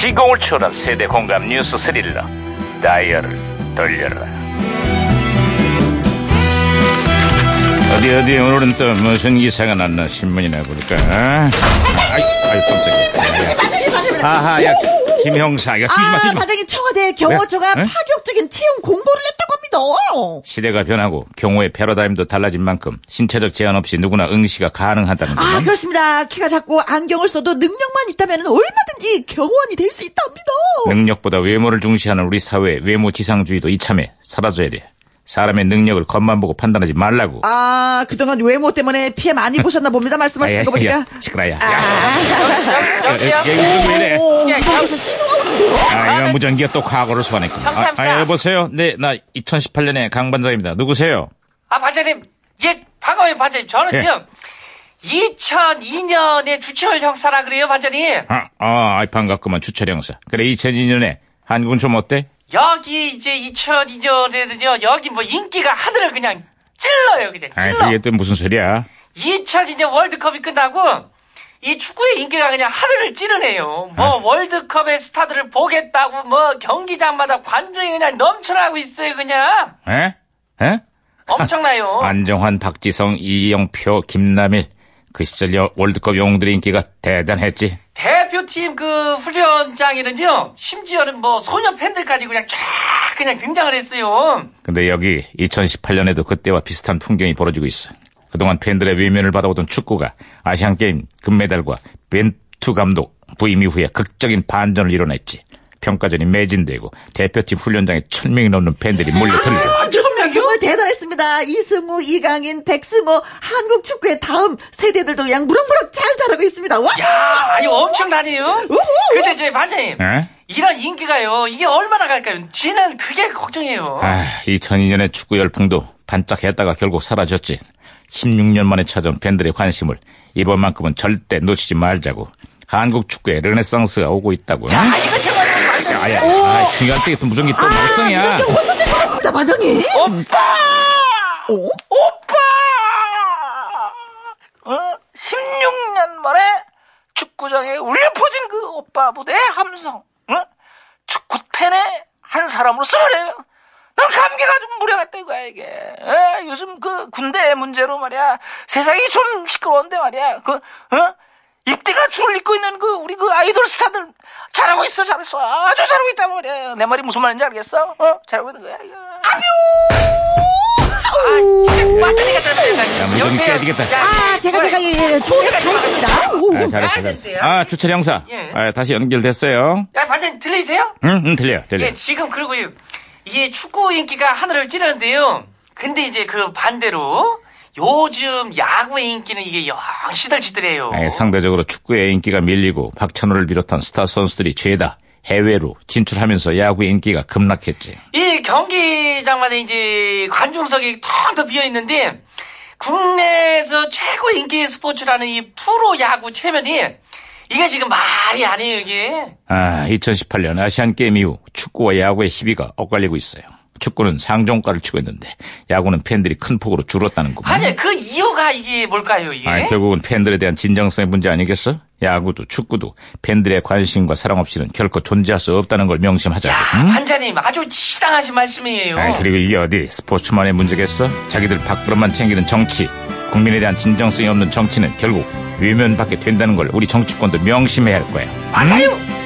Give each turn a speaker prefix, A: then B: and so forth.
A: 주인공을 초월한 세대 공감 뉴스 스릴러 다이얼을 돌려라 어디 어디 오늘은 또 무슨 기사가 났나 신문이나 볼까 아이, 아이 깜짝이야 아하 야 김형사 야 뭐- 뛰지마
B: 아,
A: 뛰지마
B: 반장님 청와대 경호처가
A: 네? 네?
B: 파격적인 채용 공보를 했다고 합니다.
A: 시대가 변하고 경호의 패러다임도 달라진 만큼 신체적 제한 없이 누구나 응시가 가능하다는 거
B: 아, 그렇습니다. 키가 작고 안경을 써도 능력만 있다면 얼마든지 경호원이 될 수 있답니다.
A: 능력보다 외모를 중시하는 우리 사회 의 외모 지상주의도 이참에 사라져야 돼. 사람의 능력을 겉만 보고 판단하지 말라고.
B: 아, 그동안 외모 때문에 피해 많이 보셨나 봅니다. 말씀하시는 거 보니까.
A: 아, 예, 시끄라야.
C: 여기요.
A: 예,
B: 오,
C: 야,
B: 이거에서
C: 야.
B: 어, 신호가 오는데요?
A: 아, 이거 무전기가 또 과거를 소환했군. 아,
C: 감사합니다.
A: 아, 여보세요? 네, 나 2018년의 강 반장입니다. 누구세요?
C: 아, 반장님. 예, 반가워요, 반장님. 저는요.
A: 예.
C: 2002년에 주철 형사라 그래요, 반장님.
A: 아, 아, 아이, 반갑구만. 주철 형사. 그래, 2002년에 한군 좀 어때?
C: 여기 이제 2002년에는요, 여기 뭐 인기가 하늘을 그냥 찔러요, 그냥
A: 아,
C: 찔러.
A: 그게 또 무슨 소리야?
C: 2002년 월드컵이 끝나고, 이 축구의 인기가 그냥 하늘을 찌르네요. 뭐,
A: 아.
C: 월드컵의 스타들을 보겠다고, 뭐, 경기장마다 관중이 그냥 넘쳐나고 있어요, 그냥.
A: 에? 에?
C: 엄청나요.
A: 안정환, 박지성, 이영표, 김남일. 그 시절 여- 월드컵 영웅들의 인기가 대단했지.
C: 대표팀 그 훈련장에는요, 심지어는 뭐 소녀 팬들까지 그냥 쫙 그냥 등장을 했어요.
A: 근데 여기 2018년에도 그때와 비슷한 풍경이 벌어지고 있어. 그동안 팬들의 외면을 받아오던 축구가 아시안 게임 금메달과 벤투 감독 부임 이후에 극적인 반전을 이뤄냈지. 평가전이 매진되고 대표팀 훈련장에 천 명이 넘는 팬들이 몰려들고.
B: 아, 그렇습니다. 정말 대단했습니다. 이승우, 이강인, 백승호, 한국 축구의 다음 세대들도 그냥 무럭무럭 잘 자라고 있습니다. 와!
C: 야, 아니 엄청나네요.
B: 우후!
C: 근데 저희 반장님,
A: 에?
C: 이런 인기가요, 이게 얼마나 갈까요? 지는 그게 걱정이에요.
A: 아, 2002년의 축구 열풍도 반짝했다가 결국 사라졌지. 16년 만에 찾아온 팬들의 관심을 이번만큼은 절대 놓치지 말자고. 한국 축구에 르네상스가 오고 있다고. 응?
C: 아, 이거 정말 말도 안 돼.
A: 아야, 아, 중요한 때또 무전기 또 말썽이야.
B: 이게 혼선된 것 같습니다, 반장님.
C: 오빠!
B: 어?
C: 오빠! 어? 16년 만에 축구장에 울려 퍼진 그 오빠 무대의 함성. 어? 축구팬의 한 사람으로서 말이에요. 난 감기가 좀 무려갔다 이거야 이게. 어? 요즘 그 군대 문제로 말이야. 세상이 좀 시끄러운데 말이야. 그 어? 입대가 줄을 잇고 있는 그 우리 그 아이돌 스타들 잘하고 있어 잘했어 아주 잘하고 있단 말이야 내 말이 무슨 말인지 알겠어? 어? 잘하고 있는 거야 이거. 아, 예. 맞다니까
A: 야,
C: 잘못했다.
A: 물좀 깨지겠다.
B: 아, 예. 제가, 제가, 예, 예, 좋은 약다 있습니다. 오.
A: 아, 잘했어, 잘했어. 아, 주철 형사.
C: 예.
A: 아, 다시 연결됐어요.
C: 야, 반장님 들리세요?
A: 응, 응, 들려요, 들려요.
C: 예, 지금 그리고 이- 이게 축구 인기가 하늘을 찌르는데요. 근데 이제 그 반대로 요즘 야구의 인기는 이게 영 시들시들해요.
A: 아, 상대적으로 축구의 인기가 밀리고 박찬호를 비롯한 스타 선수들이 죄다 해외로 진출하면서 야구의 인기가 급락했지.
C: 이 경기장마다 이제 관중석이 텅텅 비어 있는데 국내에서 최고 인기 스포츠라는 이 프로 야구 체면이 이게 지금 말이 아니에요 이게.
A: 아, 2018년 아시안 게임 이후 축구와 야구의 희비가 엇갈리고 있어요. 축구는 상종가를 치고 있는데 야구는 팬들이 큰 폭으로 줄었다는 거군.
C: 아니 예? 그 이유가 이게 뭘까요 이게?
A: 음? 아, 결국은 팬들에 대한 진정성의 문제 아니겠어? 야구도 축구도 팬들의 관심과 사랑 없이는 결코 존재할 수 없다는 걸 명심하자고. 응?
C: 반장님 아, 아주 치당하신 말씀이에요.
A: 음? 아, 그리고 이게 어디 스포츠만의 문제겠어? 자기들 밖으로만 챙기는 정치, 국민에 대한 진정성이 없는 정치는 결국 외면받게 된다는 걸 우리 정치권도 명심해야 할 거야.
C: 맞아요.
A: 음?